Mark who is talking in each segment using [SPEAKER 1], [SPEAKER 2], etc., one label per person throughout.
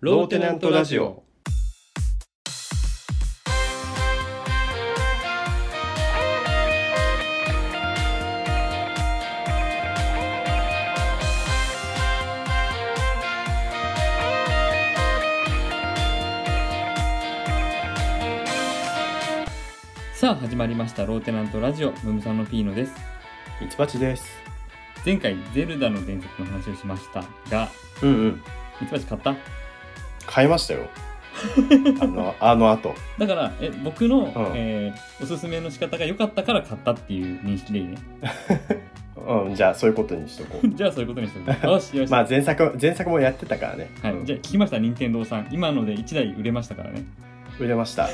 [SPEAKER 1] ローテナントラジオ。
[SPEAKER 2] さあ始まりましたローテナントラジオムムさんのピーノです
[SPEAKER 1] ミツバチです。
[SPEAKER 2] 前回ゼルダの伝説の話をしましたが
[SPEAKER 1] うんうん。
[SPEAKER 2] ミツバチ買った
[SPEAKER 1] 買い ましたよ。あの、あの後。
[SPEAKER 2] だからえ僕の、
[SPEAKER 1] ん
[SPEAKER 2] えーおすすめの仕方が良かったから買ったっていう認識でいいね
[SPEAKER 1] うん、じゃあそういうことにしとこ う。
[SPEAKER 2] じゃあそういうことにして おくよしよし、
[SPEAKER 1] まあ前作、前作もやってたからね。
[SPEAKER 2] はい
[SPEAKER 1] うん
[SPEAKER 2] じゃあ聞きました任天堂さん今ので1台売れましたからね
[SPEAKER 1] 売れま した。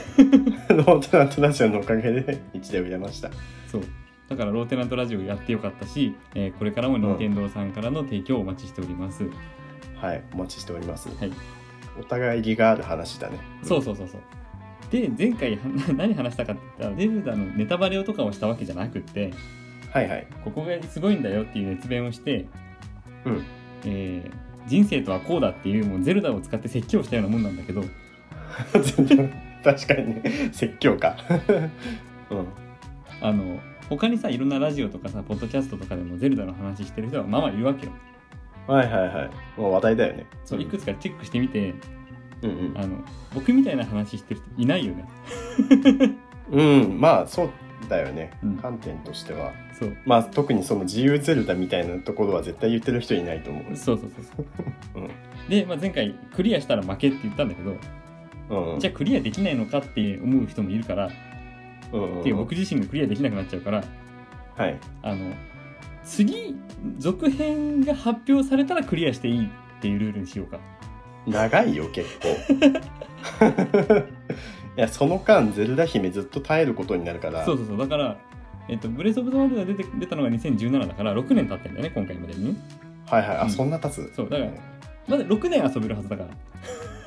[SPEAKER 1] ローテナントラジオのおかげで一で売れました。
[SPEAKER 2] そうだからローテナントラジオやってよかったし、えーこれからも任天堂さんからの提供をお待ちしております、
[SPEAKER 1] はい、お待ちしております。
[SPEAKER 2] はい
[SPEAKER 1] お互い義がある話だね。
[SPEAKER 2] そうそうそうそうで前回は 何話したかって言ったらゼルダのネタバレをとかをしたわけじゃなくって
[SPEAKER 1] はいはい。
[SPEAKER 2] ここがすごいんだよっていう熱弁をして、
[SPEAKER 1] うん
[SPEAKER 2] えー人生とはこうだっていうもうゼルダを使って説教したようなもんなんだけど
[SPEAKER 1] 確かにね、説教か。 うん。
[SPEAKER 2] あの他にさいろんなラジオとかさポッドキャストとかでもゼルダの話してる人はまあまあいるわけよ
[SPEAKER 1] はいはいはい。もう話題だよね。
[SPEAKER 2] そういくつかチェックしてみて
[SPEAKER 1] うん
[SPEAKER 2] あの僕みたいな話してる人いないよね
[SPEAKER 1] うん。うん、まあそうだよね。
[SPEAKER 2] うん
[SPEAKER 1] 観点としては。
[SPEAKER 2] そう
[SPEAKER 1] まあ特にその自由ゼルダみたいなところは絶対言ってる人いないと思う。
[SPEAKER 2] そうそうそうそう、
[SPEAKER 1] うん
[SPEAKER 2] で、まあ、前回クリアしたら負けって言ったんだけど
[SPEAKER 1] うんうん。
[SPEAKER 2] じゃあクリアできないのかって思う人もいるからっ
[SPEAKER 1] うんうんうん
[SPEAKER 2] ていう僕自身がクリアできなくなっちゃうから
[SPEAKER 1] はい。
[SPEAKER 2] あの次続編が発表されたらクリアしていいっていうルールにしようか
[SPEAKER 1] 長いよ結構 いやその間ゼルダ姫ずっと耐えることになるから
[SPEAKER 2] そうそうそうだから、えっと、ブレス・オブ・ザ・ワールドが出て出たのが2017だから6年経ってんだよね今回までにね
[SPEAKER 1] はいはいあ、
[SPEAKER 2] うん
[SPEAKER 1] そんな経つ
[SPEAKER 2] そうだから まだ6年遊べるはずだか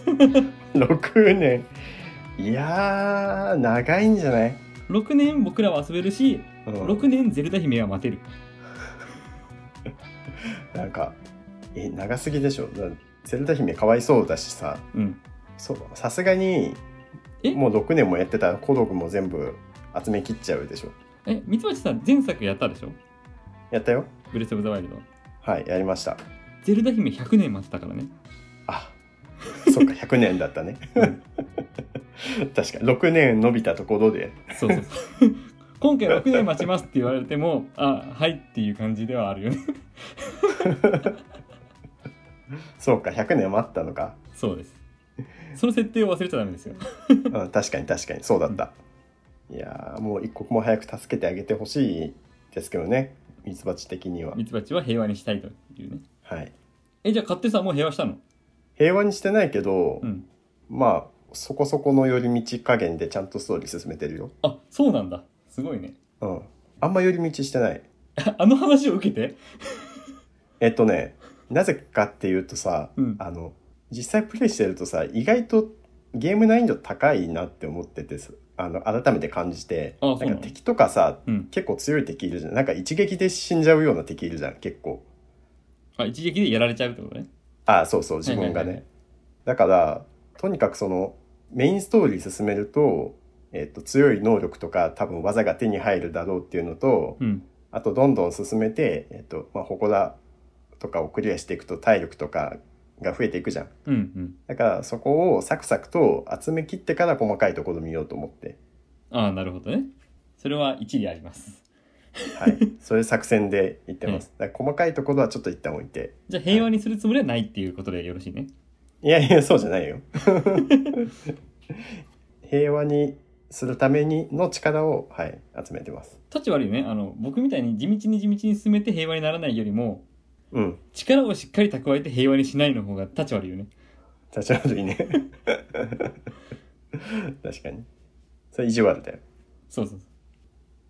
[SPEAKER 2] ら
[SPEAKER 1] 6年いやー長いんじゃない、
[SPEAKER 2] 6年僕らは遊べるし
[SPEAKER 1] うん、
[SPEAKER 2] 6年ゼルダ姫は待てる
[SPEAKER 1] なんかえ長すぎでしょだゼルダ姫かわいそうだしさ
[SPEAKER 2] うん
[SPEAKER 1] そうさすがに
[SPEAKER 2] え
[SPEAKER 1] もう6年もやってたら孤独も全部集めきっちゃうでしょ
[SPEAKER 2] えミツバチさん前作やったでしょ
[SPEAKER 1] やったよ
[SPEAKER 2] ブレス・オブ・ザ・ワイルド
[SPEAKER 1] はいやりました
[SPEAKER 2] ゼルダ姫100年待ってたからね
[SPEAKER 1] あそっ か100年だったね 確か6年伸びたところで
[SPEAKER 2] そうそうそう 今回6年待ちますって言われてもあはいっていう感じではあるよね
[SPEAKER 1] そうか100年待ったのか、
[SPEAKER 2] そうですその設定を忘れちゃダメですよ
[SPEAKER 1] うん、確かに確かにそうだった、いやーもう一刻も早く助けてあげてほしいですけどねミツバチ的には
[SPEAKER 2] ミツバチは平和にしたいというね
[SPEAKER 1] はい
[SPEAKER 2] えじゃあ買ってさもう平和したの
[SPEAKER 1] 平和にしてないけど、
[SPEAKER 2] うん
[SPEAKER 1] まあそこそこの寄り道加減でちゃんとストーリー進めてるよ
[SPEAKER 2] あそうなんだすごいね
[SPEAKER 1] うんあんま寄り道してない
[SPEAKER 2] ああの話を受けて
[SPEAKER 1] えっとねなぜかっていうとさ、
[SPEAKER 2] うん
[SPEAKER 1] あの実際プレイしてるとさ意外とゲーム難易度高いなって思っててすあの改めて感じて
[SPEAKER 2] あ
[SPEAKER 1] な
[SPEAKER 2] そうなの
[SPEAKER 1] んか敵とかさ
[SPEAKER 2] うん
[SPEAKER 1] 結構強い敵いるじゃんなんか一撃で死んじゃうような敵いるじゃん結構
[SPEAKER 2] あ一撃でやられちゃうってことね
[SPEAKER 1] ああそうそう自分が
[SPEAKER 2] はいは
[SPEAKER 1] ね、
[SPEAKER 2] いはい
[SPEAKER 1] だからとにかくそのメインストーリー進めると,、えっと強い能力とか多分技が手に入るだろうっていうのと、
[SPEAKER 2] うん
[SPEAKER 1] あとどんどん進めて、えっとまあ、祠とかをクリアしていくと体力とかが増えていくじゃん
[SPEAKER 2] うんうん
[SPEAKER 1] だからそこをサクサクと集め切ってから細かいところ見ようと思って
[SPEAKER 2] ああなるほどねそれは一理あります
[SPEAKER 1] はいそういう作戦でいってます、だから細かいところはちょっと一旦置いて
[SPEAKER 2] じゃあ平和にするつもりはないっていうことでよろしいね
[SPEAKER 1] いやいやそうじゃないよ平和にするためにの力をはい集めてます
[SPEAKER 2] タッチ悪いよねあの僕みたいに地道に地道に進めて平和にならないよりも
[SPEAKER 1] うん
[SPEAKER 2] 力をしっかり蓄えて平和にしないの方が立ち悪いよね
[SPEAKER 1] 立ち悪いね確かにそれ意地悪だよ
[SPEAKER 2] そうそうそ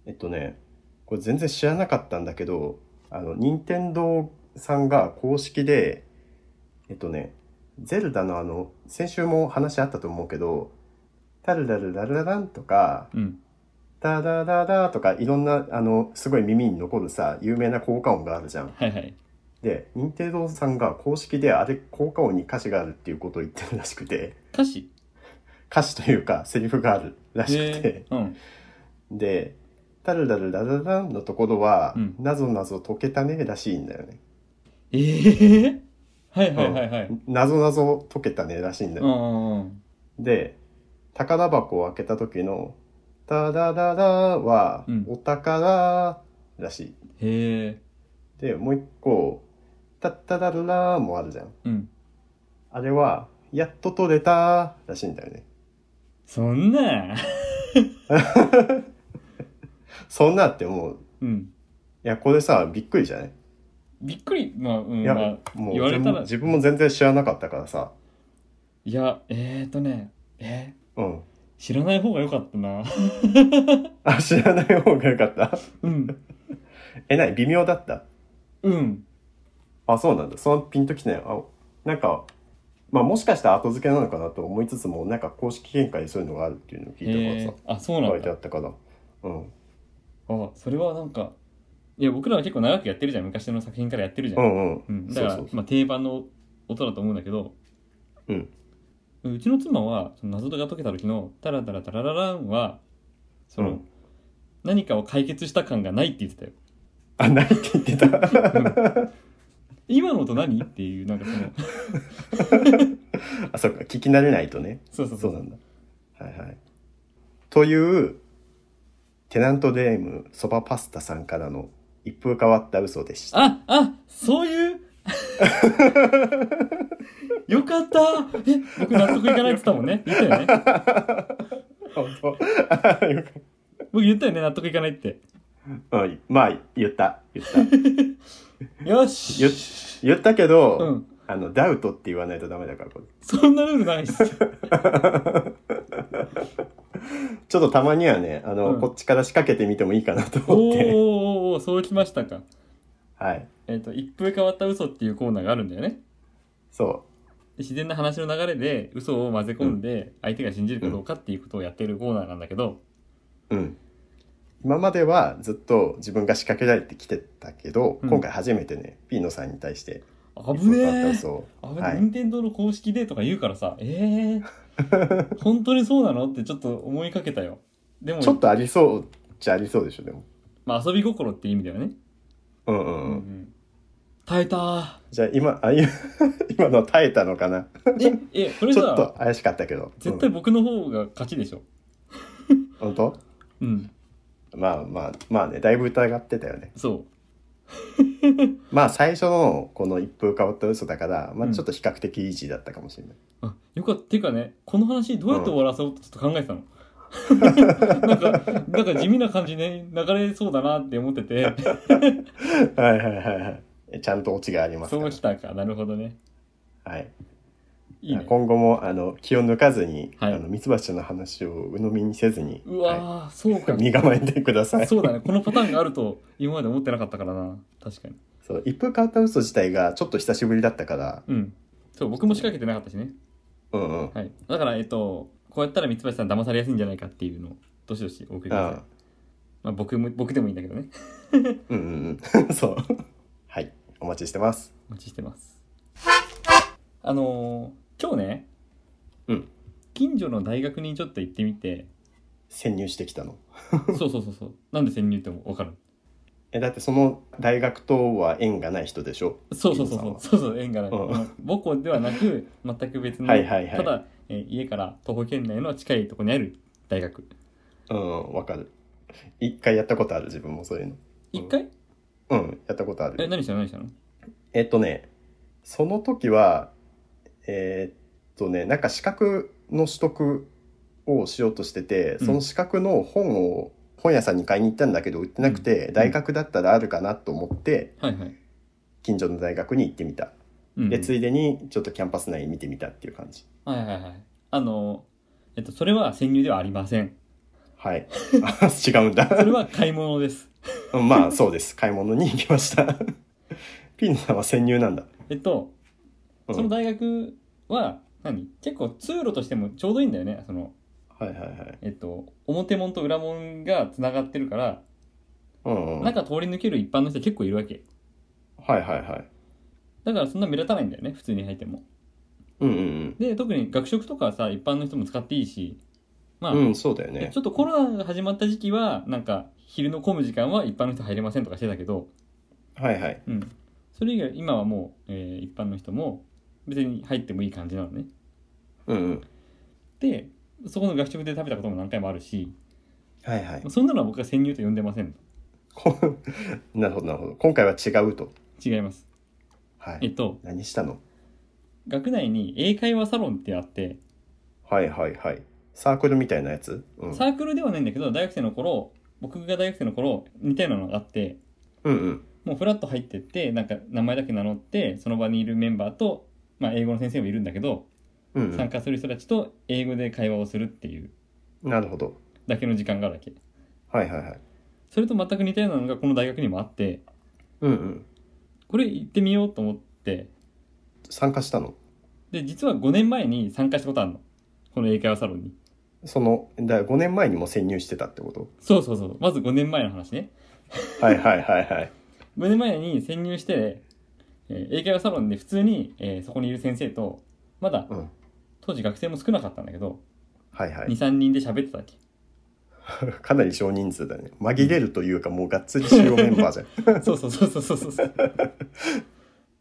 [SPEAKER 1] えっとねこれ全然知らなかったんだけどあの任天堂さんが公式でえっとねゼルダのあの先週も話あったと思うけど「タルラルラルララン」とか
[SPEAKER 2] ううん
[SPEAKER 1] 「ダダダダ」とかいろんなあのすごい耳に残るさ有名な効果音があるじゃん
[SPEAKER 2] はいはい
[SPEAKER 1] で任天堂さんが公式であれ効果音に歌詞があるっていうことを言ってるらしくて
[SPEAKER 2] 歌詞
[SPEAKER 1] 歌詞というかセリフがあるらしくて、
[SPEAKER 2] うん。
[SPEAKER 1] で「タルダルダダダン」のところは
[SPEAKER 2] うん
[SPEAKER 1] 「なぞなぞ解けたね」らしいんだよね。
[SPEAKER 2] ええはいはいはいはい。
[SPEAKER 1] なぞなぞ解けたねらしいんだ
[SPEAKER 2] う
[SPEAKER 1] よ。
[SPEAKER 2] んうん
[SPEAKER 1] で宝箱を開けた時の「ダダダダ」は
[SPEAKER 2] うん
[SPEAKER 1] 「お宝」らしい。
[SPEAKER 2] へえ。
[SPEAKER 1] でもう一個「タッタダルラ」もあるじゃん。
[SPEAKER 2] うん。
[SPEAKER 1] あれは「やっと取れた」らしいんだよね。
[SPEAKER 2] そんな。
[SPEAKER 1] そんなってもう
[SPEAKER 2] うん。
[SPEAKER 1] いやこれさびっくりじゃない
[SPEAKER 2] びっくり。まあ、うん。
[SPEAKER 1] いや
[SPEAKER 2] まあ、
[SPEAKER 1] もう
[SPEAKER 2] 言われたら
[SPEAKER 1] 全自分も全然知らなかったからさ。
[SPEAKER 2] いや、えーとね、え
[SPEAKER 1] うん。
[SPEAKER 2] ー知らない方が良かったな。
[SPEAKER 1] あ知らない方がよかった。
[SPEAKER 2] うん。
[SPEAKER 1] えない微妙だった。
[SPEAKER 2] うん。
[SPEAKER 1] あそうなんだ。そのピンときてない。あなんかまあもしかしたら後付けなのかなと思いつつもなんか公式見解でそういうのがあるっていうのを聞いた
[SPEAKER 2] へー
[SPEAKER 1] からさ
[SPEAKER 2] あ、そうな
[SPEAKER 1] 書
[SPEAKER 2] ん
[SPEAKER 1] いてあ
[SPEAKER 2] だ。
[SPEAKER 1] ったから。うん、
[SPEAKER 2] あ、それはなんか、いや、僕らは結構長くやってるじゃん。昔の作品からやってるじゃ。
[SPEAKER 1] うんんうん
[SPEAKER 2] うん。だから、
[SPEAKER 1] そうそうそう
[SPEAKER 2] まあ、定番の音だと思うんだけど、
[SPEAKER 1] うん。
[SPEAKER 2] うちの妻は、その謎が解けた時の、タラタラタララランは、その、
[SPEAKER 1] うん
[SPEAKER 2] 何かを解決した感がないって言ってたよ。
[SPEAKER 1] あないって言ってた。
[SPEAKER 2] 今の音何っていう、なんかその、
[SPEAKER 1] あそっか聞き慣れないとね。
[SPEAKER 2] そうそうそ。
[SPEAKER 1] そううなんだ。はいはい。という、テナントデームそばパスタさんからの一風変わった嘘でした。
[SPEAKER 2] あ、あ、そう いう。よかった。え、僕納得いかないって言ったもんね。言った よね。
[SPEAKER 1] 本 当よかっ
[SPEAKER 2] 僕言ったよね、納得いかないって。
[SPEAKER 1] たうんまあ、言った。言った。
[SPEAKER 2] よし。
[SPEAKER 1] 言っ言ったけど、
[SPEAKER 2] うん。
[SPEAKER 1] あの、ダウトって言わないとダメだから、これ。
[SPEAKER 2] そんなルールないっす。
[SPEAKER 1] ちょっとたまにはね、あの、
[SPEAKER 2] うん
[SPEAKER 1] こっちから仕掛けてみてもいいかなと
[SPEAKER 2] おー
[SPEAKER 1] 思って。
[SPEAKER 2] おーおーそうきましたか。
[SPEAKER 1] はい。
[SPEAKER 2] えっ、と、一風変わった嘘っていうコーナーがあるんだよね。
[SPEAKER 1] そ
[SPEAKER 2] で自然な話の流れで嘘を混ぜ込んで相手が信じるかどうかっていうことをやってるコーナーなんだけど、
[SPEAKER 1] う。うん。今まではずっと自分が仕掛けられてきてたけど、
[SPEAKER 2] うん
[SPEAKER 1] 今回初めてね、ピーノさんに対して、
[SPEAKER 2] 危ね
[SPEAKER 1] あった
[SPEAKER 2] え
[SPEAKER 1] 嘘を
[SPEAKER 2] あれ、
[SPEAKER 1] はい
[SPEAKER 2] 任天堂の公式でとか言うからさ、ええー、 本当にそうなのってちょっと思いかけたよ。でも、
[SPEAKER 1] ちょっとありそうじゃありそうでしょ、でも。
[SPEAKER 2] まあ遊び心って意味だよね。
[SPEAKER 1] うんう
[SPEAKER 2] うん
[SPEAKER 1] うん。
[SPEAKER 2] ん耐えたー。
[SPEAKER 1] じゃあ今、あ、い 今の耐えたのかな
[SPEAKER 2] え、え、これ
[SPEAKER 1] ちょっと
[SPEAKER 2] さ、
[SPEAKER 1] 怪しかったけど。
[SPEAKER 2] 絶対僕の方が勝ちでしょ。
[SPEAKER 1] うん、本当
[SPEAKER 2] うん、
[SPEAKER 1] まあまあ、まあね、だいぶ疑ってたよね。
[SPEAKER 2] そ
[SPEAKER 1] まあ最初のこの一風変わった嘘だから、まあ
[SPEAKER 2] うん
[SPEAKER 1] ちょっと比較的イージーだったかもしれない。
[SPEAKER 2] う。あ、よかった。ていうかね、この話どうやって終わらそうってちょっと考えてたの。なんか、なんか地味な感じね、流れそうだなって思って て、
[SPEAKER 1] はいはいはいはいえ。ちゃんとオチがありますか
[SPEAKER 2] そう
[SPEAKER 1] ら。
[SPEAKER 2] きたか、なるほどね。
[SPEAKER 1] はい。
[SPEAKER 2] いいね。
[SPEAKER 1] 今後も、あの、気を抜かずに、
[SPEAKER 2] はい
[SPEAKER 1] あの、ミツバチの話を鵜呑みにせずに、
[SPEAKER 2] うわ
[SPEAKER 1] は
[SPEAKER 2] ー、そうか
[SPEAKER 1] い、。身構えてください。
[SPEAKER 2] そうだね。このパターンがあると今まで思ってなかったからな。確かに。
[SPEAKER 1] そう一風変わった嘘自体がちょっと久しぶりだったから、
[SPEAKER 2] うん。そう、僕も仕掛けてなかったしね。
[SPEAKER 1] うんうん。
[SPEAKER 2] はい。だから、えっと、こうやったら三橋さん騙されやすいんじゃないかっていうのを、どしどしお送りください。
[SPEAKER 1] あ
[SPEAKER 2] まあ、僕も、僕でもいいんだけどね。
[SPEAKER 1] うんうん うん。そう。はい。お待ちしてます。
[SPEAKER 2] お待ちしてます。あのー今日ね、
[SPEAKER 1] うん。近
[SPEAKER 2] 近所の大学にちょっと行ってみ て、
[SPEAKER 1] 潜入してきたの。
[SPEAKER 2] そうそうそうそう。なんで潜入ってもわかる
[SPEAKER 1] え、だってその大学とは縁がない人でしょ
[SPEAKER 2] そうそうそうそう。そうそう、縁がない。
[SPEAKER 1] うん
[SPEAKER 2] あの母校ではなく、全く別の、
[SPEAKER 1] はいはいはい
[SPEAKER 2] ただ、えー家から徒歩圏内の近いところにある大学。
[SPEAKER 1] うんうん、わかる。一回やったことある、自分もそういうの。
[SPEAKER 2] 一回、
[SPEAKER 1] うん、やったことあ
[SPEAKER 2] え、
[SPEAKER 1] る。
[SPEAKER 2] 何したの何したの
[SPEAKER 1] えっとね、その時は、えーっとね、なんか資格の取得をしようとしてて、
[SPEAKER 2] うん
[SPEAKER 1] その資格の本を本屋さんに買いに行ったんだけど、売ってなくて、
[SPEAKER 2] うん
[SPEAKER 1] 大学だったらあるかなと思って、
[SPEAKER 2] はいはい。
[SPEAKER 1] 近所の大学に行ってみた。
[SPEAKER 2] うん
[SPEAKER 1] で、ついでにちょっとキャンパス内見てみたっていう感じ。
[SPEAKER 2] はいはいはい。あの、えっと、それは潜入ではありません。
[SPEAKER 1] はい。 あ違うんだ。
[SPEAKER 2] それは買い物です。
[SPEAKER 1] うんまあ、そうです。買い物に行きました。ピーノさんは潜入なんだ。
[SPEAKER 2] えっと、
[SPEAKER 1] うん
[SPEAKER 2] その大学は、何結構通路としてもちょうどいいんだよね。その、
[SPEAKER 1] はいはいはい。
[SPEAKER 2] えっと、表門と裏門が繋がってるから、
[SPEAKER 1] うんうん。はい
[SPEAKER 2] 中通り抜ける一般の人結構いるわけ。
[SPEAKER 1] はいはい。
[SPEAKER 2] だからそんな目立たないんだよね普通に履いても
[SPEAKER 1] うんうん
[SPEAKER 2] で特に学食とかはさ一般の人も使っていいしまあ、
[SPEAKER 1] うん。うん、そうだよね
[SPEAKER 2] ち。ょっとコロナが始まった時期はなんか昼の混む時間は一般の人入れませんとかしてたけど、
[SPEAKER 1] はいはい。
[SPEAKER 2] うん、それ以外今はもう、えー一般の人も別に入ってもいい感じなのね
[SPEAKER 1] うんうん。
[SPEAKER 2] でそこの学食で食べたことも何回もあるし
[SPEAKER 1] はいはい。
[SPEAKER 2] そんなのは僕は潜入と呼んでません
[SPEAKER 1] こなるほどなるほど。今回は違うと。
[SPEAKER 2] 違います
[SPEAKER 1] は
[SPEAKER 2] え
[SPEAKER 1] い。
[SPEAKER 2] っと
[SPEAKER 1] 何したの
[SPEAKER 2] 学内に英会話サロンってあって
[SPEAKER 1] はいはいはい。サークルみたいなやつうん。
[SPEAKER 2] サークルではないんだけど大学生の頃僕が大学生の頃似たようなのがあって
[SPEAKER 1] うんうん。
[SPEAKER 2] もうフラッと入ってってなんか名前だけ名乗ってその場にいるメンバーと、まあ、英語の先生もいるんだけど
[SPEAKER 1] うん
[SPEAKER 2] 参加する人たちと英語で会話をするっていう
[SPEAKER 1] うん。なるほど。
[SPEAKER 2] だけの時間があるわけ
[SPEAKER 1] はいはいはい。
[SPEAKER 2] それと全く似たようなのがこの大学にもあって
[SPEAKER 1] うんうん。
[SPEAKER 2] これ行ってみようと思って
[SPEAKER 1] 参加したの
[SPEAKER 2] で実は5年前に参加したことあるのこの英会話サロンに
[SPEAKER 1] その、だ5年前にも潜入してたってこと
[SPEAKER 2] そうそうそうまず5年前の話ね
[SPEAKER 1] はいはいはい はい。
[SPEAKER 2] 5年前に潜入して、えー英会話サロンで普通に、えーそこにいる先生とまだ
[SPEAKER 1] うん。
[SPEAKER 2] 当時学生も少なかったんだけど
[SPEAKER 1] はいはい。
[SPEAKER 2] 23人で喋ってたわけ
[SPEAKER 1] かなり少人数だね。紛れるというか、もうがっつり主要メン バーじゃん。
[SPEAKER 2] そうそうそうそうそうそう そう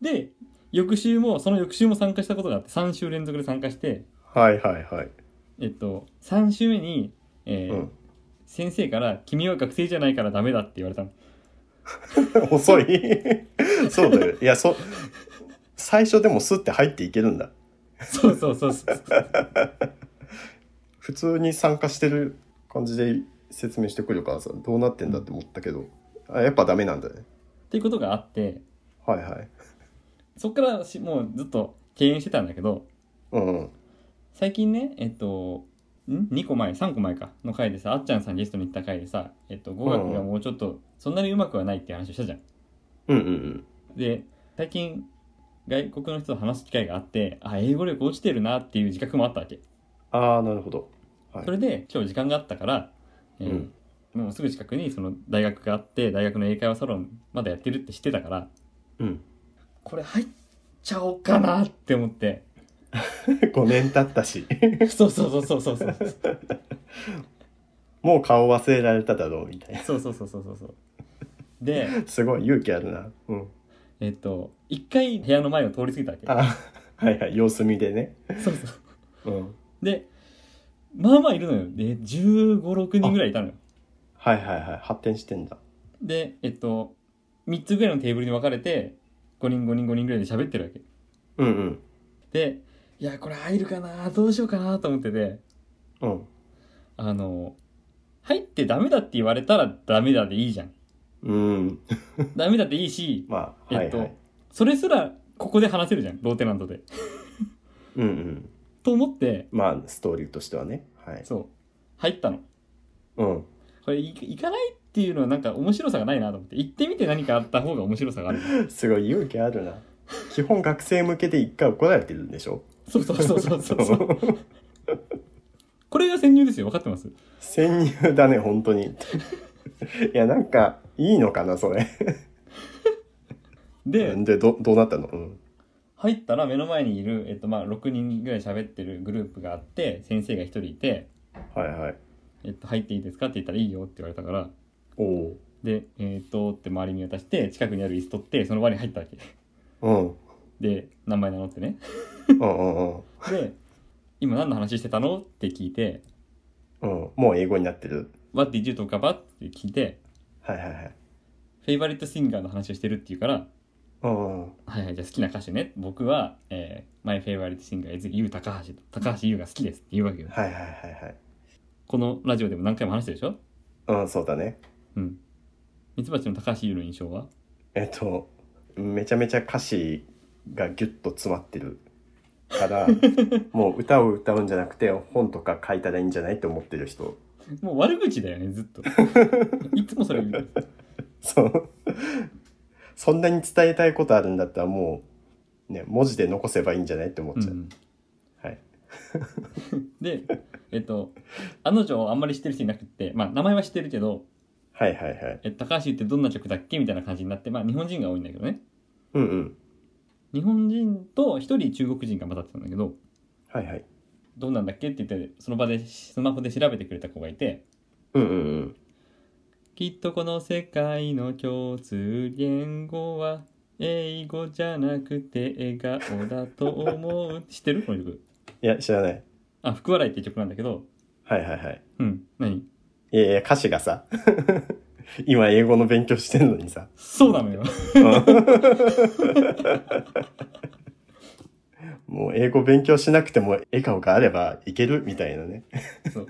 [SPEAKER 2] で翌週もその翌週も参加したことがあって3週連続で参加して
[SPEAKER 1] はいはいはい。
[SPEAKER 2] えっと3週目に、えー
[SPEAKER 1] うん。
[SPEAKER 2] 先生から「君は学生じゃないからダメだ」って言われたの
[SPEAKER 1] 遅い。 そうだよ。いや、そ、最初でもスッて入っていけるんだ。
[SPEAKER 2] そうそうそうそう
[SPEAKER 1] 普通に参加してる感じで説明してくるからさ、どうなってんだって思ったけど、あやっぱダメなんだね。
[SPEAKER 2] っていうことがあって
[SPEAKER 1] はいはい。
[SPEAKER 2] そっからしもうずっと敬遠してたんだけど
[SPEAKER 1] うん。
[SPEAKER 2] 最近ねえっとん2個前3個前かの回でさあっちゃんさんゲストに行った回でさ、えっと、語学がもうちょっとそんなにうまくはないって話をしたじゃん。
[SPEAKER 1] うんうんうん。
[SPEAKER 2] で最近外国の人と話す機会があってあ英語力落ちてるなっていう自覚もあったわけ、
[SPEAKER 1] ああ、なるほど。はい
[SPEAKER 2] それで今日時間があったから、えー
[SPEAKER 1] うん
[SPEAKER 2] もうすぐ近くにその大学があって大学の英会話サロンまだやってるって知ってたから
[SPEAKER 1] うん。
[SPEAKER 2] これ入っちゃおうかなって思って
[SPEAKER 1] 5年経ったし、
[SPEAKER 2] そうそうそうそうそうそう
[SPEAKER 1] もう顔忘れられただろうみたいな。
[SPEAKER 2] そうそうそうそうそうそうです
[SPEAKER 1] ごい勇気あるな。うん。
[SPEAKER 2] えっと一回部屋の前を通り過ぎたわけ
[SPEAKER 1] あはいはい、様子見でね。
[SPEAKER 2] そうそう
[SPEAKER 1] うん。
[SPEAKER 2] でまあまあいるのよで1 5六6人ぐらいいたのよ
[SPEAKER 1] はいはいはい、発展してんだ。
[SPEAKER 2] でえっと3つぐらいのテーブルに分かれて5人5人5人ぐらいで喋ってるわけ
[SPEAKER 1] うんうん。
[SPEAKER 2] でいやこれ入るかなどうしようかなと思ってて
[SPEAKER 1] うん。
[SPEAKER 2] あの入ってダメだって言われたらダメだでいいじゃん
[SPEAKER 1] うん。
[SPEAKER 2] ダメだっていいし
[SPEAKER 1] まあ、は
[SPEAKER 2] え
[SPEAKER 1] い
[SPEAKER 2] っと、
[SPEAKER 1] はい。
[SPEAKER 2] それすらここで話せるじゃんローテナントで
[SPEAKER 1] うんうん。
[SPEAKER 2] と思って
[SPEAKER 1] まあ、ストーリーとしてはね。はい。
[SPEAKER 2] そう入ったの
[SPEAKER 1] うん。
[SPEAKER 2] これい行かないっていうのはなんか面白さがないなと思って行ってみて何かあった方が面白さがある
[SPEAKER 1] すごい勇気あるな。基本学生向けで一回怒られてるんでしょ
[SPEAKER 2] そうそうそうそうそうそうこれが潜入ですよ分かってます
[SPEAKER 1] 潜入だね、本当に。いや、なんか、いいのかな、それ。
[SPEAKER 2] で、
[SPEAKER 1] で、ど、どうなったのうん。
[SPEAKER 2] 入ったら目の前にいる、えっと、まあ6人ぐらい喋ってるグループがあって先生が1人いて、
[SPEAKER 1] はいはい。
[SPEAKER 2] えっと「入っていいですか?」って言ったら「いいよ」って言われたから
[SPEAKER 1] おお。
[SPEAKER 2] で「えっと」って周り見渡して近くにある椅子取ってその場に入ったわけ
[SPEAKER 1] うん。
[SPEAKER 2] で名前名乗ってね
[SPEAKER 1] うんうんうん。
[SPEAKER 2] で「今何の話してたの?」って聞いて
[SPEAKER 1] うん。もう英語になってる。
[SPEAKER 2] 「What did you talk about?」って聞いて
[SPEAKER 1] はいはいはい。
[SPEAKER 2] 「フェイバリットシンガーの話をしてる」って言うから
[SPEAKER 1] うんうん。
[SPEAKER 2] 「はいはいじゃあ好きな歌手ね僕は、えー、My favorite singer is you 高橋高橋優が好きです」って言うわけよ
[SPEAKER 1] はいはいはい
[SPEAKER 2] このラジオでも何回も話してるでしょ
[SPEAKER 1] はい。うん、そうだね。
[SPEAKER 2] うん。ミツバチの高橋優の印象は
[SPEAKER 1] えっと、めちゃめちゃ歌詞がギュッと詰まってるから、もう歌を歌うんじゃなくて本とか書いたらいいんじゃないって思ってる人。
[SPEAKER 2] もう悪口だよね、ずっと。 いつもそれ言う。
[SPEAKER 1] そう。そんなに伝えたいことあるんだったらもう、ね、文字で残せばいいんじゃないって思っ
[SPEAKER 2] う
[SPEAKER 1] ちゃう。
[SPEAKER 2] ん、
[SPEAKER 1] はい。
[SPEAKER 2] で、えっと、あの女をあんまり知ってる人いなくって、まあ名前は知ってるけど、
[SPEAKER 1] はいはいはい。
[SPEAKER 2] え高橋優ってどんな曲だっけみたいな感じになって、まあ日本人が多いんだけどね。
[SPEAKER 1] うんうん。
[SPEAKER 2] 日本人と一人中国人が混ざってたんだけど
[SPEAKER 1] はいはい。
[SPEAKER 2] どうなんだっけって言ってその場でスマホで調べてくれた子がいて
[SPEAKER 1] うんうんうん。
[SPEAKER 2] きっとこの世界の共通言語は英語じゃなくて笑顔だと思う 知ってるこの曲
[SPEAKER 1] いや、知らない。
[SPEAKER 2] あ福笑いって曲なんだけど
[SPEAKER 1] はいはいはい。
[SPEAKER 2] うん何
[SPEAKER 1] いやいや、歌詞がさ、 今英語の勉強してんのにさ。
[SPEAKER 2] そうなのよ
[SPEAKER 1] うんもう英語勉強しなくても笑顔があればいけるみたいなね。
[SPEAKER 2] そう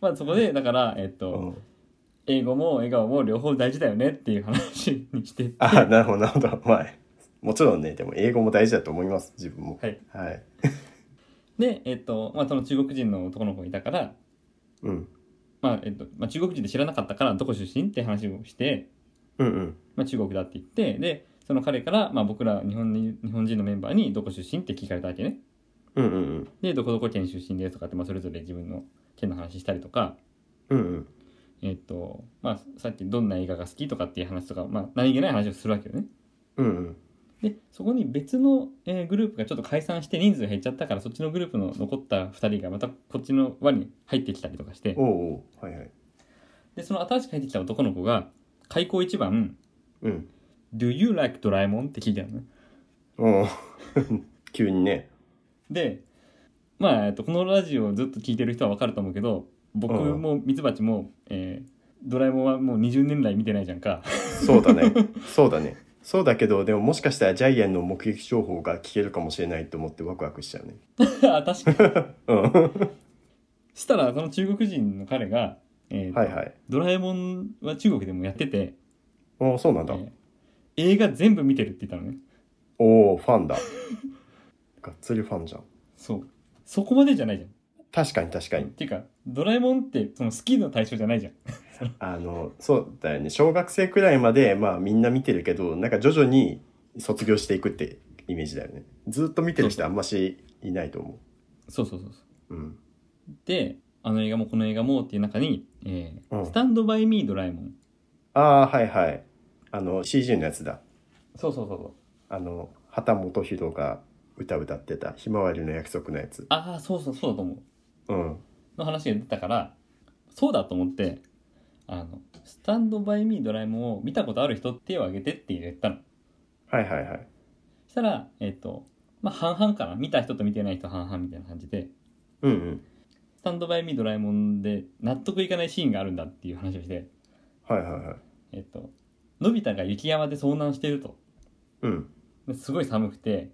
[SPEAKER 2] まあそこでだからえっと、
[SPEAKER 1] うん、
[SPEAKER 2] 英語も笑顔も両方大事だよねっていう話にして
[SPEAKER 1] あなるほどなるほど。まあ、もちろんね、でも英語も大事だと思います、自分も。
[SPEAKER 2] はい
[SPEAKER 1] はい。
[SPEAKER 2] で、えっとまあ、その中国人の男の子がいたから、
[SPEAKER 1] うん。
[SPEAKER 2] まあえっとまあ、中国人で知らなかったからどこ出身って話をして、
[SPEAKER 1] うんうん。
[SPEAKER 2] まあ、中国だって言ってでその彼から、まあ、僕ら日本に日本人のメンバーにどこ出身って聞かれたわけね
[SPEAKER 1] うんうんうん。
[SPEAKER 2] でどこどこ県出身ですとかって、まあ、それぞれ自分の県の話したりとか、
[SPEAKER 1] うんうん。
[SPEAKER 2] えっとまあ、さっきどんな映画が好きとかっていう話とか、まあ、何気ない話をするわけよね
[SPEAKER 1] うんうん。
[SPEAKER 2] でそこに別の、えーグループがちょっと解散して人数減っちゃったからそっちのグループの残った2人がまたこっちの輪に入ってきたりとかして
[SPEAKER 1] おうおう。はいはい。
[SPEAKER 2] でその新しく入ってきた男の子が開口一番
[SPEAKER 1] うん。
[SPEAKER 2] 「Do you like ドラえもん?」って聞いたのね
[SPEAKER 1] おう 急にね。
[SPEAKER 2] でまあ、えっと、このラジオをずっと聞いてる人はわかると思うけど僕もミツバチも、えードラえもんはもう20年来見てないじゃんか
[SPEAKER 1] そうだね。そうだね。そうだけど、でももしかしたらジャイアンの目撃情報が聞けるかもしれないと思ってワクワクしちゃうね。
[SPEAKER 2] あ確かに
[SPEAKER 1] うん。
[SPEAKER 2] したらその中国人の彼が、えーと
[SPEAKER 1] はいはい。
[SPEAKER 2] ドラえもんは中国でもやってて、
[SPEAKER 1] おそうなん
[SPEAKER 2] え
[SPEAKER 1] だ。
[SPEAKER 2] ー映画全部見てるって言ったのね
[SPEAKER 1] おおファンだ。 がっつりファンじゃん。
[SPEAKER 2] そうそこまでじゃないじ
[SPEAKER 1] 確かに確か
[SPEAKER 2] ゃん、
[SPEAKER 1] に。
[SPEAKER 2] っていうかドラえもんってその好きの対象じゃないじゃん
[SPEAKER 1] あの、そうだよね。小学生くらいまで、まあみんな見てるけど、なんか徐々に卒業していくってイメージだよね。ずっと見てる人あんましいないと思
[SPEAKER 2] そうそうそうそう
[SPEAKER 1] う。うん。
[SPEAKER 2] であの映画もこの映画もっていう中に「えー
[SPEAKER 1] うん
[SPEAKER 2] スタンド・バイ・ミー・ドラえもん
[SPEAKER 1] ああ、はいはい。あの、CG のやつだ。」
[SPEAKER 2] そうそうそうそう
[SPEAKER 1] あの、畑基博が歌歌ってた、ひまわりの約束のやつ。
[SPEAKER 2] ああそうそうそうだと思う
[SPEAKER 1] うん。
[SPEAKER 2] の話が出たからそうだと思ってあの「スタンド・バイ・ミー・ドラえもん」を見たことある人手を挙げてって言ったの
[SPEAKER 1] はいはいはい。
[SPEAKER 2] そしたらえっ、とまあ半々かな見た人と見てない人半々みたいな感じで
[SPEAKER 1] うんうん。
[SPEAKER 2] 「スタンド・バイ・ミー・ドラえもん」で納得いかないシーンがあるんだっていう話をして
[SPEAKER 1] はいはいはい。
[SPEAKER 2] えっ、とのび太が雪山で遭難してると
[SPEAKER 1] うん。
[SPEAKER 2] ですごい寒くて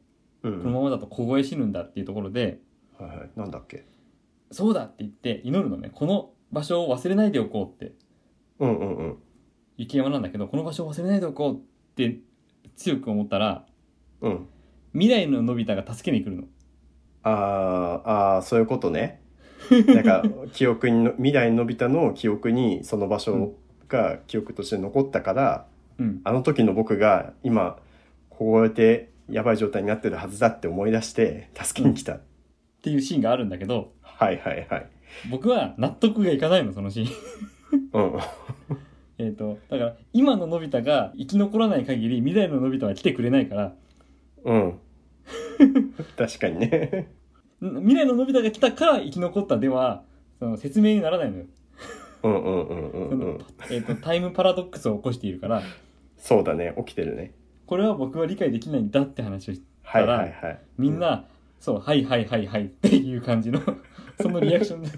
[SPEAKER 2] こ
[SPEAKER 1] うん、う
[SPEAKER 2] の
[SPEAKER 1] ん。
[SPEAKER 2] ままだと凍え死ぬんだっていうところで、
[SPEAKER 1] はいはい。なんだっけ。
[SPEAKER 2] そうだって言って祈るのねこの場所を忘れないでおこうって
[SPEAKER 1] うんうんうん。
[SPEAKER 2] 雪山なんだけどこの場所を忘れないでおこうって強く思ったら
[SPEAKER 1] うん。
[SPEAKER 2] 未来ののび太が助けに来るの
[SPEAKER 1] あーあー、そういうことね。なん か、記憶にの、未来のび太の記憶に、その場所が記憶として残ったから、
[SPEAKER 2] うん
[SPEAKER 1] あの時の僕が今、凍えて、やばい状態になってるはずだって思い出して、助けに来た。
[SPEAKER 2] っていうシーンがあるんだけど
[SPEAKER 1] はいはいはい。
[SPEAKER 2] 僕は納得がいかないのそのシーン
[SPEAKER 1] うん。
[SPEAKER 2] えっとだから今ののび太が生き残らない限り未来ののび太は来てくれないから
[SPEAKER 1] うん。 確かにね。
[SPEAKER 2] ん未来ののび太が来たから生き残ったではその説明にならないのよ、
[SPEAKER 1] うんうんうんうんうん。
[SPEAKER 2] そのえっとタイムパラドックスを起こしているから
[SPEAKER 1] そうだね。起きてるね。
[SPEAKER 2] これは僕は理解できないんだって話をして
[SPEAKER 1] はいはいはい。
[SPEAKER 2] みんな、そう、はいはいはいはいっていう感 じの、そのリアクションで。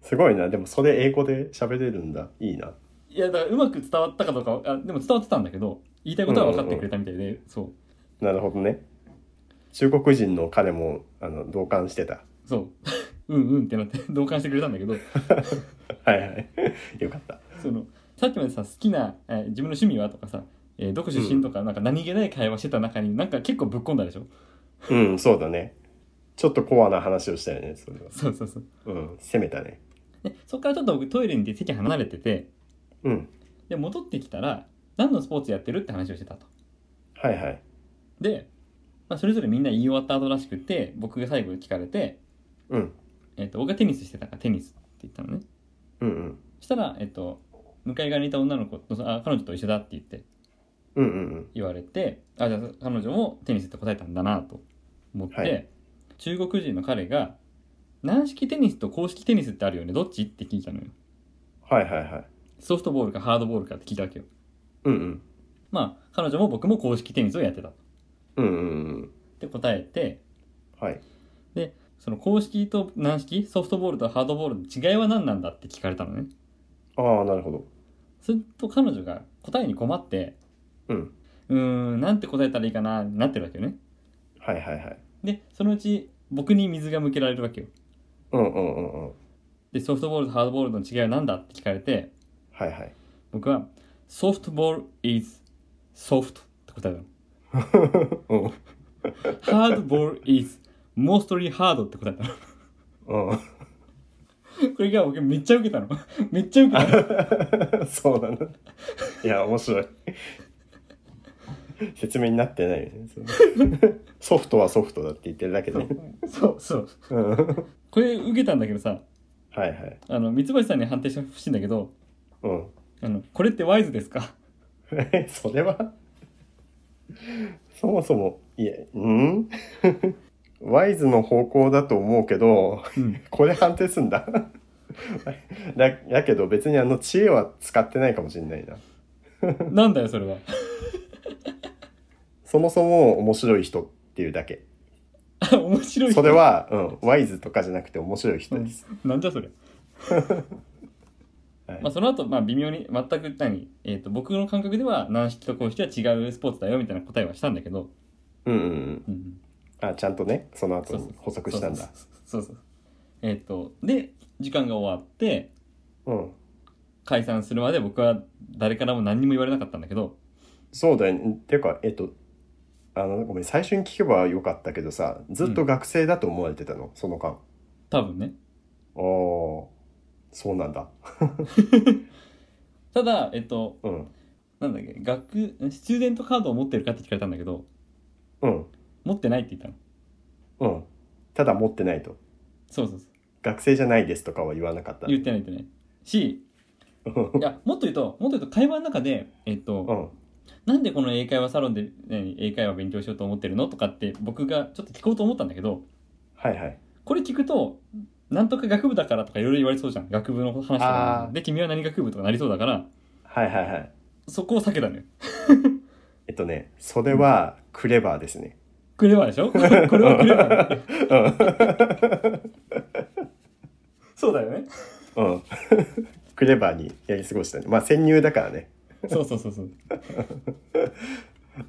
[SPEAKER 1] すごいな。でもそれ英語で喋れるんだ。いいな。
[SPEAKER 2] いや、だからうまく伝わったかどうかは、あでも伝わってたんだけど、言いたいことは分かってくれたみたいで、そう、
[SPEAKER 1] なるほどね。中国人の彼もあの同感してた。
[SPEAKER 2] そう、 うんうんってなって同感してくれたんだけど、
[SPEAKER 1] はいはい。 よかった。
[SPEAKER 2] その、さっきまでさ、好きな、えー自分の趣味はとかさ、えーどこ出身とか、なんか何気ない会話してた中に、なんか結構ぶっ込んだでしょ
[SPEAKER 1] うん、そうだね。ちょっとコアな話をしたよね、それは。
[SPEAKER 2] そうそうそう。
[SPEAKER 1] うん、攻めたね。
[SPEAKER 2] で、そっからちょっと僕トイレに出て席離れてて、
[SPEAKER 1] うん。
[SPEAKER 2] で、戻ってきたら、何のスポーツやってるって話をしてたと。
[SPEAKER 1] はいはい。
[SPEAKER 2] で、まあ、それぞれみんな言い終わった後らしくて僕が最後に聞かれて、
[SPEAKER 1] うん。
[SPEAKER 2] えっと僕がテニスしてたからテニスって言ったのね
[SPEAKER 1] うんうん。
[SPEAKER 2] そしたら、えっと向かい側にいた女の子とあ彼女と一緒だって言って
[SPEAKER 1] うんうん
[SPEAKER 2] 言われてあじゃあ彼女もテニスって答えたんだなと思って、
[SPEAKER 1] はい
[SPEAKER 2] 中国人の彼が軟式テニスと公式テニスってあるよねどっちって聞いたのよ
[SPEAKER 1] はいはいはい
[SPEAKER 2] ソフトボールかハードボールかって聞いたわけよ
[SPEAKER 1] うんうん
[SPEAKER 2] まあ彼女も僕も公式テニスをやってたっ
[SPEAKER 1] うんうんうん
[SPEAKER 2] て答えて
[SPEAKER 1] はい
[SPEAKER 2] その公式と軟式ソフトボールとハードボールの違いは何なんだって聞かれたのね
[SPEAKER 1] ああなるほど
[SPEAKER 2] すると彼女が答えに困って
[SPEAKER 1] うん
[SPEAKER 2] うーんなんて答えたらいいかなになってるわけよね
[SPEAKER 1] はいはいはい
[SPEAKER 2] でそのうち僕に水が向けられるわけよ
[SPEAKER 1] うんうんうんうん
[SPEAKER 2] でソフトボールとハードボールの違いは何だって聞かれて
[SPEAKER 1] はいはい
[SPEAKER 2] 僕は「ソフトボール is soft」って答え
[SPEAKER 1] うん
[SPEAKER 2] たの「ハードボール is mostly hard」って答えたの
[SPEAKER 1] うん
[SPEAKER 2] これが僕めっちゃ受けたのめっちゃ受けたの
[SPEAKER 1] そうだな。いや、面白い。説明になってないよね。ソフトはソフトだって言ってるだけで。ね
[SPEAKER 2] そうそう
[SPEAKER 1] うんはい
[SPEAKER 2] これ受けたんだけどさ
[SPEAKER 1] はい。
[SPEAKER 2] あの三橋さんに判定してほしいんだけど
[SPEAKER 1] うん。
[SPEAKER 2] あのこれってワイズですか
[SPEAKER 1] え、それはそもそも、いや、んワイズの方向だと思うけど、
[SPEAKER 2] うん
[SPEAKER 1] これ判定すんだ。だだけど別にあの知恵は使ってないかもしれないな。
[SPEAKER 2] なんだよそれは
[SPEAKER 1] そもそも面白い人っていうだ け。
[SPEAKER 2] あ面白い
[SPEAKER 1] それは、うん、ワイズとかじゃなくて面白い人
[SPEAKER 2] う
[SPEAKER 1] で
[SPEAKER 2] ん
[SPEAKER 1] す。
[SPEAKER 2] なんじゃそれ
[SPEAKER 1] はい
[SPEAKER 2] まあその後まあ微妙に全く何、えー、と僕の感覚では軟式と公式は違うスポーツだよみたいな答えはしたんだけど、
[SPEAKER 1] うんうんうん。
[SPEAKER 2] うん、
[SPEAKER 1] あちゃんとねその
[SPEAKER 2] そ
[SPEAKER 1] 後
[SPEAKER 2] うそう
[SPEAKER 1] に補足したんだ
[SPEAKER 2] そうそうそうそうえっ、とで時間が終わって
[SPEAKER 1] うん
[SPEAKER 2] 解散するまで僕は誰からも何にも言われなかったんだけど
[SPEAKER 1] そうだよねていうかえっとあのごめん最初に聞けばよかったけどさずっと学生だと思われてたの、その間あ
[SPEAKER 2] 多分ね
[SPEAKER 1] あーそうなんだ
[SPEAKER 2] ただえっ、と
[SPEAKER 1] うん
[SPEAKER 2] なんだっけ学スチューデントカードを持ってるかって聞かれたんだけど
[SPEAKER 1] うん
[SPEAKER 2] 持ってないって言ったの
[SPEAKER 1] うんただ持ってないと
[SPEAKER 2] そうそうそう
[SPEAKER 1] 学生じゃないですとかは言わなかった
[SPEAKER 2] 言ってない言ってないし
[SPEAKER 1] うん
[SPEAKER 2] いやもっと言うともっと言うと会話の中でえっ、と、
[SPEAKER 1] うん
[SPEAKER 2] なんでこの英会話サロンで、ね、英会話勉強しようと思ってるのとかって僕がちょっと聞こうと思ったんだけど
[SPEAKER 1] はいはい
[SPEAKER 2] これ聞くとなんとか学部だからとかいろいろ言われそうじゃん学部の話と
[SPEAKER 1] あ
[SPEAKER 2] か
[SPEAKER 1] ー
[SPEAKER 2] で君は何学部とかなりそうだから
[SPEAKER 1] はいはいはい
[SPEAKER 2] そこを避けたのよ
[SPEAKER 1] えっとねそれはクレバーですね、
[SPEAKER 2] クレバーでしょ これはクレバーだよそうだよね
[SPEAKER 1] うん クレバーにやり過ごしたねまあ潜入だからね
[SPEAKER 2] そうそうそうそう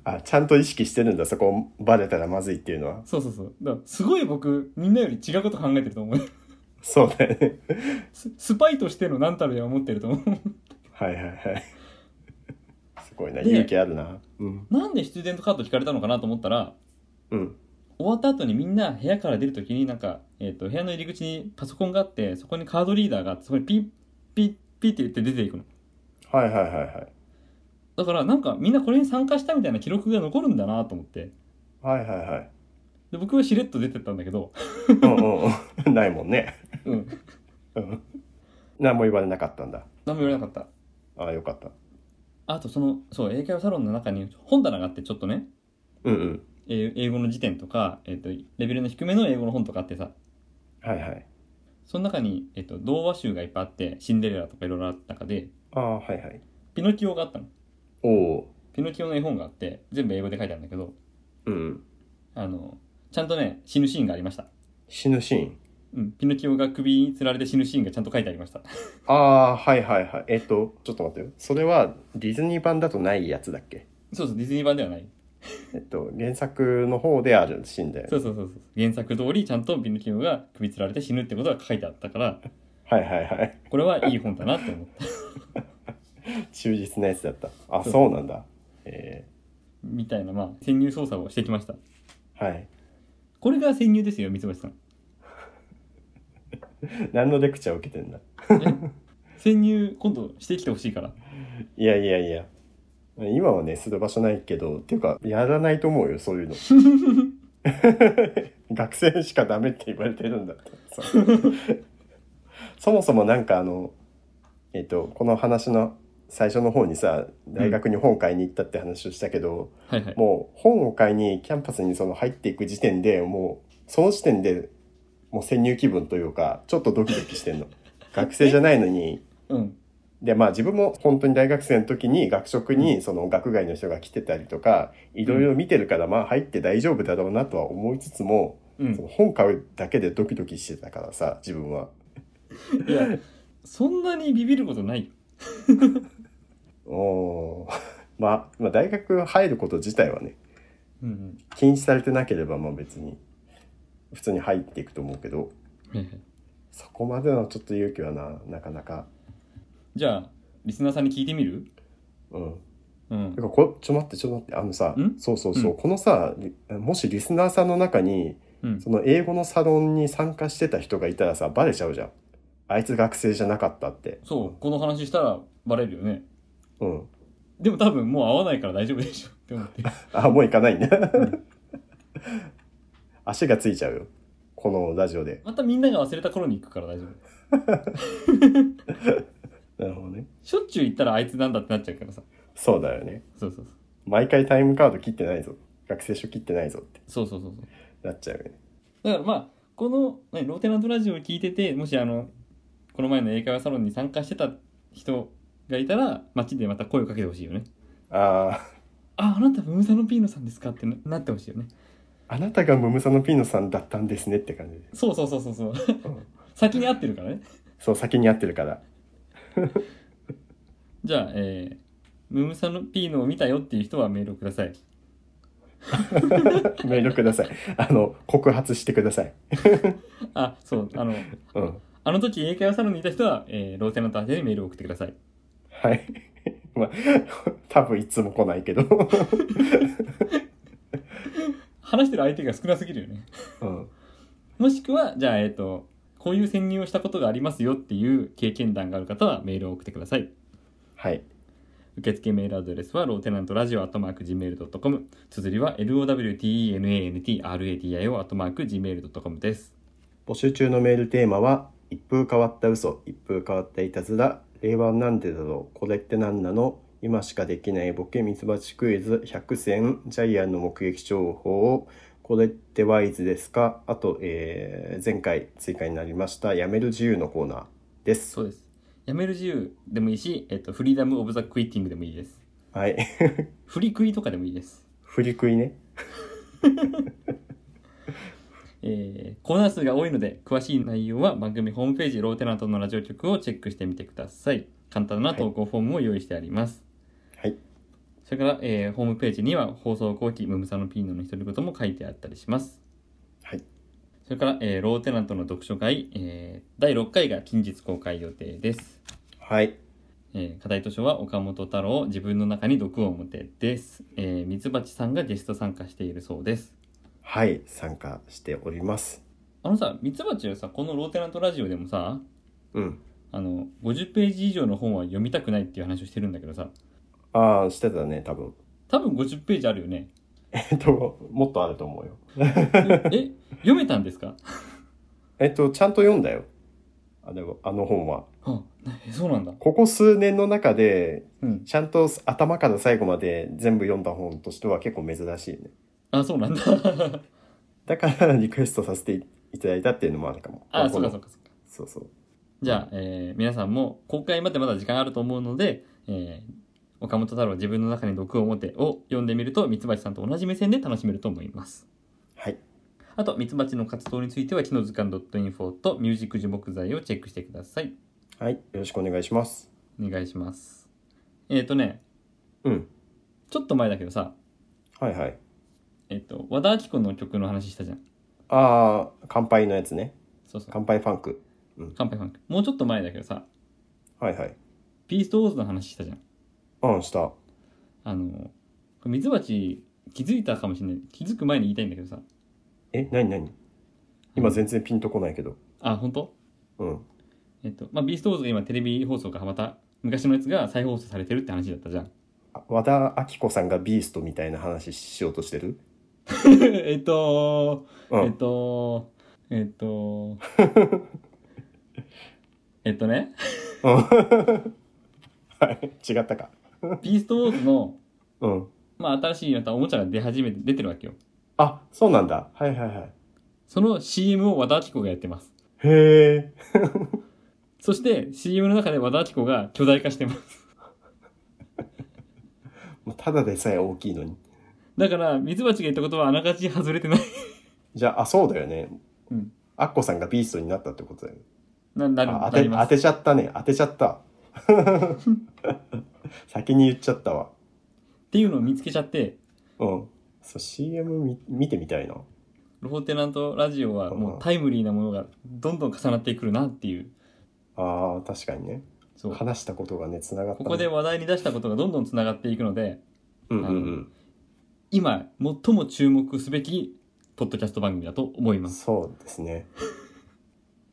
[SPEAKER 1] あちゃんと意識してるんだそこバレたらまずいっていうのは
[SPEAKER 2] そうそうそうだからすごい僕みんなより違うこと考えてると思う
[SPEAKER 1] そうだよね。
[SPEAKER 2] ススパイとしての何たるや思ってると思う
[SPEAKER 1] はいはいはい。 すごいな、
[SPEAKER 2] で
[SPEAKER 1] 勇気あるな。うん。
[SPEAKER 2] なんでスチューデントカード聞かれたのかなと思ったら
[SPEAKER 1] うん。
[SPEAKER 2] 終わった後にみんな部屋から出るときになんか、えー、と部屋の入り口にパソコンがあってそこにカードリーダーがあってそこにピッピッピッって言って出ていくの
[SPEAKER 1] はいはいはいはい。
[SPEAKER 2] だからなんかみんなこれに参加したみたいな記録が残るんだなと思って
[SPEAKER 1] はいはいはい。
[SPEAKER 2] で僕はしれっと出てったんだけど、
[SPEAKER 1] うんうんうん。 ないもんね。
[SPEAKER 2] うん、
[SPEAKER 1] うん。何も言われなかったんだ。
[SPEAKER 2] 何も言われなかった
[SPEAKER 1] ああ、よかった。
[SPEAKER 2] あとそのそう英会話サロンの中に本棚があってちょっとね
[SPEAKER 1] うんうん。
[SPEAKER 2] えー英語の辞典とか、えー、とレベルの低めの英語の本とかあってさ
[SPEAKER 1] はいはい。
[SPEAKER 2] その中に、えー、と童話集がいっぱいあってシンデレラとかいろいろあった中で
[SPEAKER 1] ああ、はいはい。
[SPEAKER 2] ピノキオがあったの
[SPEAKER 1] おお。
[SPEAKER 2] ピノキオの絵本があって全部英語で書いてあるんだけど
[SPEAKER 1] うん。
[SPEAKER 2] あの、ちゃんとね、死ぬシーンがありました。
[SPEAKER 1] 死ぬシーン。
[SPEAKER 2] うん、ピノキオが首に吊られて死ぬシーンがちゃんと書いてありました。
[SPEAKER 1] ああ、はいはいはい。えっと、ちょっと待ってよ。それはディズニー版だとないやつだっけ
[SPEAKER 2] そうそう、ディズニー版ではない。
[SPEAKER 1] えっと、原作の方であるシーンだよ
[SPEAKER 2] そ
[SPEAKER 1] ね。
[SPEAKER 2] うそうそうそう。原作通り、ちゃんとピノキオが首吊られて死ぬってことが書いてあったから、
[SPEAKER 1] はいはい はい。
[SPEAKER 2] これはいい本だなって思った。
[SPEAKER 1] 忠実なやつだった。あ、
[SPEAKER 2] そう
[SPEAKER 1] そうなんだ。え
[SPEAKER 2] みたいな、まあ、潜入捜査をしてきました。
[SPEAKER 1] えはい。
[SPEAKER 2] これが潜入ですよ、三橋 さん。
[SPEAKER 1] 何のレクチャーを受けてんだ
[SPEAKER 2] 潜入、今度してきてほしいから。
[SPEAKER 1] いやいやいや。今はね、する場所ないけど、っていうか、やらないと思うよ、そういう の。学生しかダメって言われてるんだってさそもそもなんかあの、えっ、と、この話の最初の方にさ大学に本買いに行ったって話をしたけど、
[SPEAKER 2] はいはい。
[SPEAKER 1] もう本を買いにキャンパスにその入っていく時点でもうその時点でもう潜入気分というかちょっとドキドキしてん の学生じゃないのに
[SPEAKER 2] うん。
[SPEAKER 1] でまあ自分も本当に大学生の時に学食にその学外の人が来てたりとかいろいろ見てるからまあ入って大丈夫だろうなとは思いつつも、
[SPEAKER 2] う
[SPEAKER 1] その
[SPEAKER 2] ん。
[SPEAKER 1] 本買うだけでドキドキしてたからさ自分は。
[SPEAKER 2] いや、そんなにビビることないよ。
[SPEAKER 1] おー まあ、まあ大学入ること自体はね
[SPEAKER 2] うん
[SPEAKER 1] 禁止されてなければまあ別に普通に入っていくと思うけど
[SPEAKER 2] うん。はいはい
[SPEAKER 1] そこまでのちょっと勇気はななかなか
[SPEAKER 2] じゃあ、リスナーさんに聞いてみる
[SPEAKER 1] うん
[SPEAKER 2] うん
[SPEAKER 1] て。かこちょっと待ってちょっと待ってあのさ
[SPEAKER 2] ん
[SPEAKER 1] そうそうそう、
[SPEAKER 2] うん
[SPEAKER 1] このさリもしリスナーさんの中に
[SPEAKER 2] うん
[SPEAKER 1] その英語のサロンに参加してた人がいたらさバレちゃうじゃんあいつ学生じゃなかったって
[SPEAKER 2] そう、この話したらバレるよね。
[SPEAKER 1] うん
[SPEAKER 2] でも多分もう会わないから大丈夫でしょって思 って。
[SPEAKER 1] あもう行かないんだ、
[SPEAKER 2] ん
[SPEAKER 1] 足がついちゃうよこのラジオで
[SPEAKER 2] またみんなが忘れた頃に行くから大丈夫。
[SPEAKER 1] なるほどね
[SPEAKER 2] しょっちゅう行ったらあいつなんだってなっちゃうからさ。
[SPEAKER 1] そうだよね
[SPEAKER 2] そうそうそう。
[SPEAKER 1] 毎回タイムカード切ってないぞ学生証切ってないぞって
[SPEAKER 2] そうそうそうそう。
[SPEAKER 1] なっちゃうよね
[SPEAKER 2] だからまあこの、ね、ローテナントラジオを聞いててもしあのこの前の英会話サロンに参加してた人がいたら街でまた声をかけてほしいよね
[SPEAKER 1] あ
[SPEAKER 2] ああなたムーサノピーノさんですかってななってほしいよね
[SPEAKER 1] ああなたがムムサノピーノさんだったんですねって感じで
[SPEAKER 2] そうそうそうそうそう
[SPEAKER 1] うん
[SPEAKER 2] 先に会ってるからね
[SPEAKER 1] そう先に会ってるから
[SPEAKER 2] じゃあえー、ムーサノピーノを見たよっていう人はメールをください
[SPEAKER 1] メールくださいあの告発してください
[SPEAKER 2] あそうあの
[SPEAKER 1] うん
[SPEAKER 2] あの時英会話サロンにいた人は、えーローテナント宛てにメールを送ってください
[SPEAKER 1] はい まあ多分いつも来ないけど、
[SPEAKER 2] 話してる相手が少なすぎるよね
[SPEAKER 1] うん、
[SPEAKER 2] もしくはじゃあえっ、とこういう潜入をしたことがありますよっていう経験談がある方はメールを送ってください
[SPEAKER 1] はい
[SPEAKER 2] 受付メールアドレスはローテナントラジオアットマーク Gmail.com 綴りは LOWTENANTRADIO アットマーク Gmail.com です
[SPEAKER 1] 募集中のメールテーマは「一風変わった嘘一風変わったいたずら令和なんでだろうこれって何なの今しかできないボケミツバチクイズ100選ジャイアンの目撃情報これってワイズですかあと、えー前回追加になりました「やめる自由」のコーナーです。
[SPEAKER 2] そうですやめる自由でもいいし、えっと、フリーダム・オブ・ザ・クイッティングでもいいです
[SPEAKER 1] はい。
[SPEAKER 2] フリクイとかでもいいです、
[SPEAKER 1] 振り食いね。
[SPEAKER 2] えーコーナー数が多いので詳しい内容は番組ホームページローテナントのラジオ局をチェックしてみてください簡単な投稿フォームを用意してあります、
[SPEAKER 1] はい。
[SPEAKER 2] それから、えーホームページには放送後期ムムサノピーノの独り言も書いてあったりします。
[SPEAKER 1] はい。
[SPEAKER 2] それから、えーローテナントの読書会、えー第6回が近日公開予定です。
[SPEAKER 1] はい。
[SPEAKER 2] えー課題図書は岡本太郎、自分の中に毒を持てです。えー、ミツバチさんがゲスト参加しているそうです。
[SPEAKER 1] はい。参加しております。
[SPEAKER 2] あのさ、ミツバチはさ、このローテナントラジオでもさ、
[SPEAKER 1] うん。
[SPEAKER 2] あの、50ページ以上の本は読みたくないっていう話をしてるんだけどさ、
[SPEAKER 1] ああ、してたね、多分。
[SPEAKER 2] 多分50ページあるよね。
[SPEAKER 1] えっと、もっとあると思うよ。
[SPEAKER 2] え、読めたんですか
[SPEAKER 1] えっと、ちゃんと読んだよ。あでもあの本は。
[SPEAKER 2] あ、えそうなんだ。
[SPEAKER 1] ここ数年の中で、
[SPEAKER 2] うん。
[SPEAKER 1] ちゃんと頭から最後まで全部読んだ本としては結構珍しいね。
[SPEAKER 2] あ、そう なんだ。
[SPEAKER 1] だからリクエストさせていただいたっていうのもあるかも。
[SPEAKER 2] あ、
[SPEAKER 1] こ
[SPEAKER 2] そう
[SPEAKER 1] の
[SPEAKER 2] かそうかそうか。
[SPEAKER 1] そうそう。
[SPEAKER 2] じゃあ、えー皆さんも公開までまだ時間あると思うので、えー岡本太郎自分の中に毒を持てを読んでみると、ミツバチさんと同じ目線で楽しめると思います。
[SPEAKER 1] はい。
[SPEAKER 2] あと、ミツバチの活動については、木の図鑑 .info とミュージック樹木材をチェックしてください。
[SPEAKER 1] はい。よろしくお願いします。
[SPEAKER 2] お願いします。えっ、とね、
[SPEAKER 1] うん。
[SPEAKER 2] ちょっと前だけどさ、
[SPEAKER 1] はいはい。
[SPEAKER 2] えっ、と、和田アキ子の曲の話したじゃん。
[SPEAKER 1] ああ、乾杯のやつね。
[SPEAKER 2] そうそう。
[SPEAKER 1] 乾杯ファンク。
[SPEAKER 2] 乾杯ファンク。もうちょっと前だけどさ、
[SPEAKER 1] はいはい。
[SPEAKER 2] ビーストウォーズの話したじゃん。
[SPEAKER 1] うん、した。
[SPEAKER 2] あの、これミツバチ気づいたかもしれない。気づく前に言いたいんだけどさ、
[SPEAKER 1] え、なになに今全然ピンとこないけど。
[SPEAKER 2] あ、本当
[SPEAKER 1] うん。
[SPEAKER 2] えっと、まあ、ビーストウォーズが今テレビ放送がまた昔のやつが再放送されてるって話だったじゃん。
[SPEAKER 1] あ和田アキ子さんがビーストみたいな話しようとしてる
[SPEAKER 2] えっと、
[SPEAKER 1] う
[SPEAKER 2] えっ
[SPEAKER 1] ん。
[SPEAKER 2] と、えっ と、えっとね、
[SPEAKER 1] うん はい。違ったか。
[SPEAKER 2] ビーストウォーズの、
[SPEAKER 1] うん。
[SPEAKER 2] まあ、新しいやったおもちゃが出始めて、出てるわけよ。
[SPEAKER 1] あ、そうなんだ。はいはいはい。
[SPEAKER 2] その CM を和田アキ子がやってます。
[SPEAKER 1] へえ。
[SPEAKER 2] そして CM の中で和田アキ子が巨大化してます。
[SPEAKER 1] もうただでさえ大きいのに。
[SPEAKER 2] だから、ミツバチが言ったことはあながち外れてない。
[SPEAKER 1] じゃあ、あ、そうだよね。
[SPEAKER 2] うん。
[SPEAKER 1] アッコさんがビーストになったってことだよね。
[SPEAKER 2] な、なる、
[SPEAKER 1] あ
[SPEAKER 2] な
[SPEAKER 1] 当て、
[SPEAKER 2] り
[SPEAKER 1] 当
[SPEAKER 2] ます。
[SPEAKER 1] てちゃったね。当てちゃった。 先に言っちゃったわ。
[SPEAKER 2] っていうのを見つけちゃって、
[SPEAKER 1] うん。そう、CM み見てみたいな。
[SPEAKER 2] ロフォーテナントラジオはもうタイムリーなものがどんどん重なってくるなっていう。
[SPEAKER 1] ああ、確かにね。
[SPEAKER 2] そう。
[SPEAKER 1] 話したことがね、繋がった、
[SPEAKER 2] ここで、話題に出したことがどんどんつながっていくので、
[SPEAKER 1] うんうん
[SPEAKER 2] 今、最も注目すべき、ポッドキャスト番組だと思い
[SPEAKER 1] うん。
[SPEAKER 2] ます。
[SPEAKER 1] そうですね。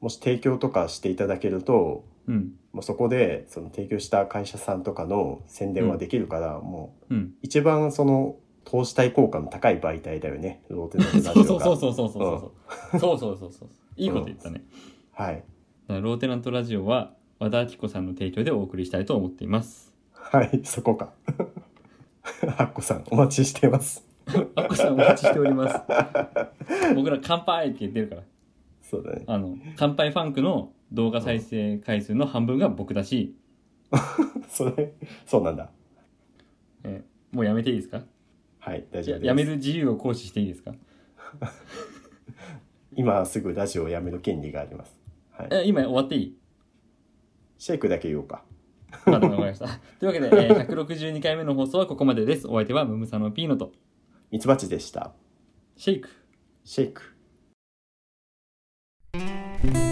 [SPEAKER 1] もし提供とかしていただけると、
[SPEAKER 2] うん。
[SPEAKER 1] もうそこで、その提供した会社さんとかの宣伝はできるから、もう、
[SPEAKER 2] うん。
[SPEAKER 1] 一番その、投資対効果の高い媒体だよね。ローテナントラジ
[SPEAKER 2] そ
[SPEAKER 1] オ
[SPEAKER 2] う
[SPEAKER 1] が
[SPEAKER 2] そうそうそうそうそう。そうそうそうそう。いいこと言ったね。
[SPEAKER 1] はい。
[SPEAKER 2] だからローテナントラジオは和田アキ子さんの提供でお送りしたいと思っています。
[SPEAKER 1] はい、そこか。 アッコさん、お待ちしてます。
[SPEAKER 2] アッコさんお待ちしております。僕ら乾杯って言ってるから。
[SPEAKER 1] そうだね。
[SPEAKER 2] あの、乾杯ファンクの動画再生回数の半分が僕だし、
[SPEAKER 1] それ、そうなんだ。
[SPEAKER 2] えーもうやめていいですか
[SPEAKER 1] はい、大丈夫
[SPEAKER 2] や
[SPEAKER 1] です。
[SPEAKER 2] やめる自由を行使していいですか
[SPEAKER 1] 今すぐラジオをやめる権利があります。はい。
[SPEAKER 2] えー今終わっていい
[SPEAKER 1] シェイクだけ言おうか。
[SPEAKER 2] まだ分かりました。というわけで、え ー162回目の放送はここまでです。お相手はムムサノピーノと
[SPEAKER 1] ミツバチでした。
[SPEAKER 2] シェイク。
[SPEAKER 1] シェイク。
[SPEAKER 3] 「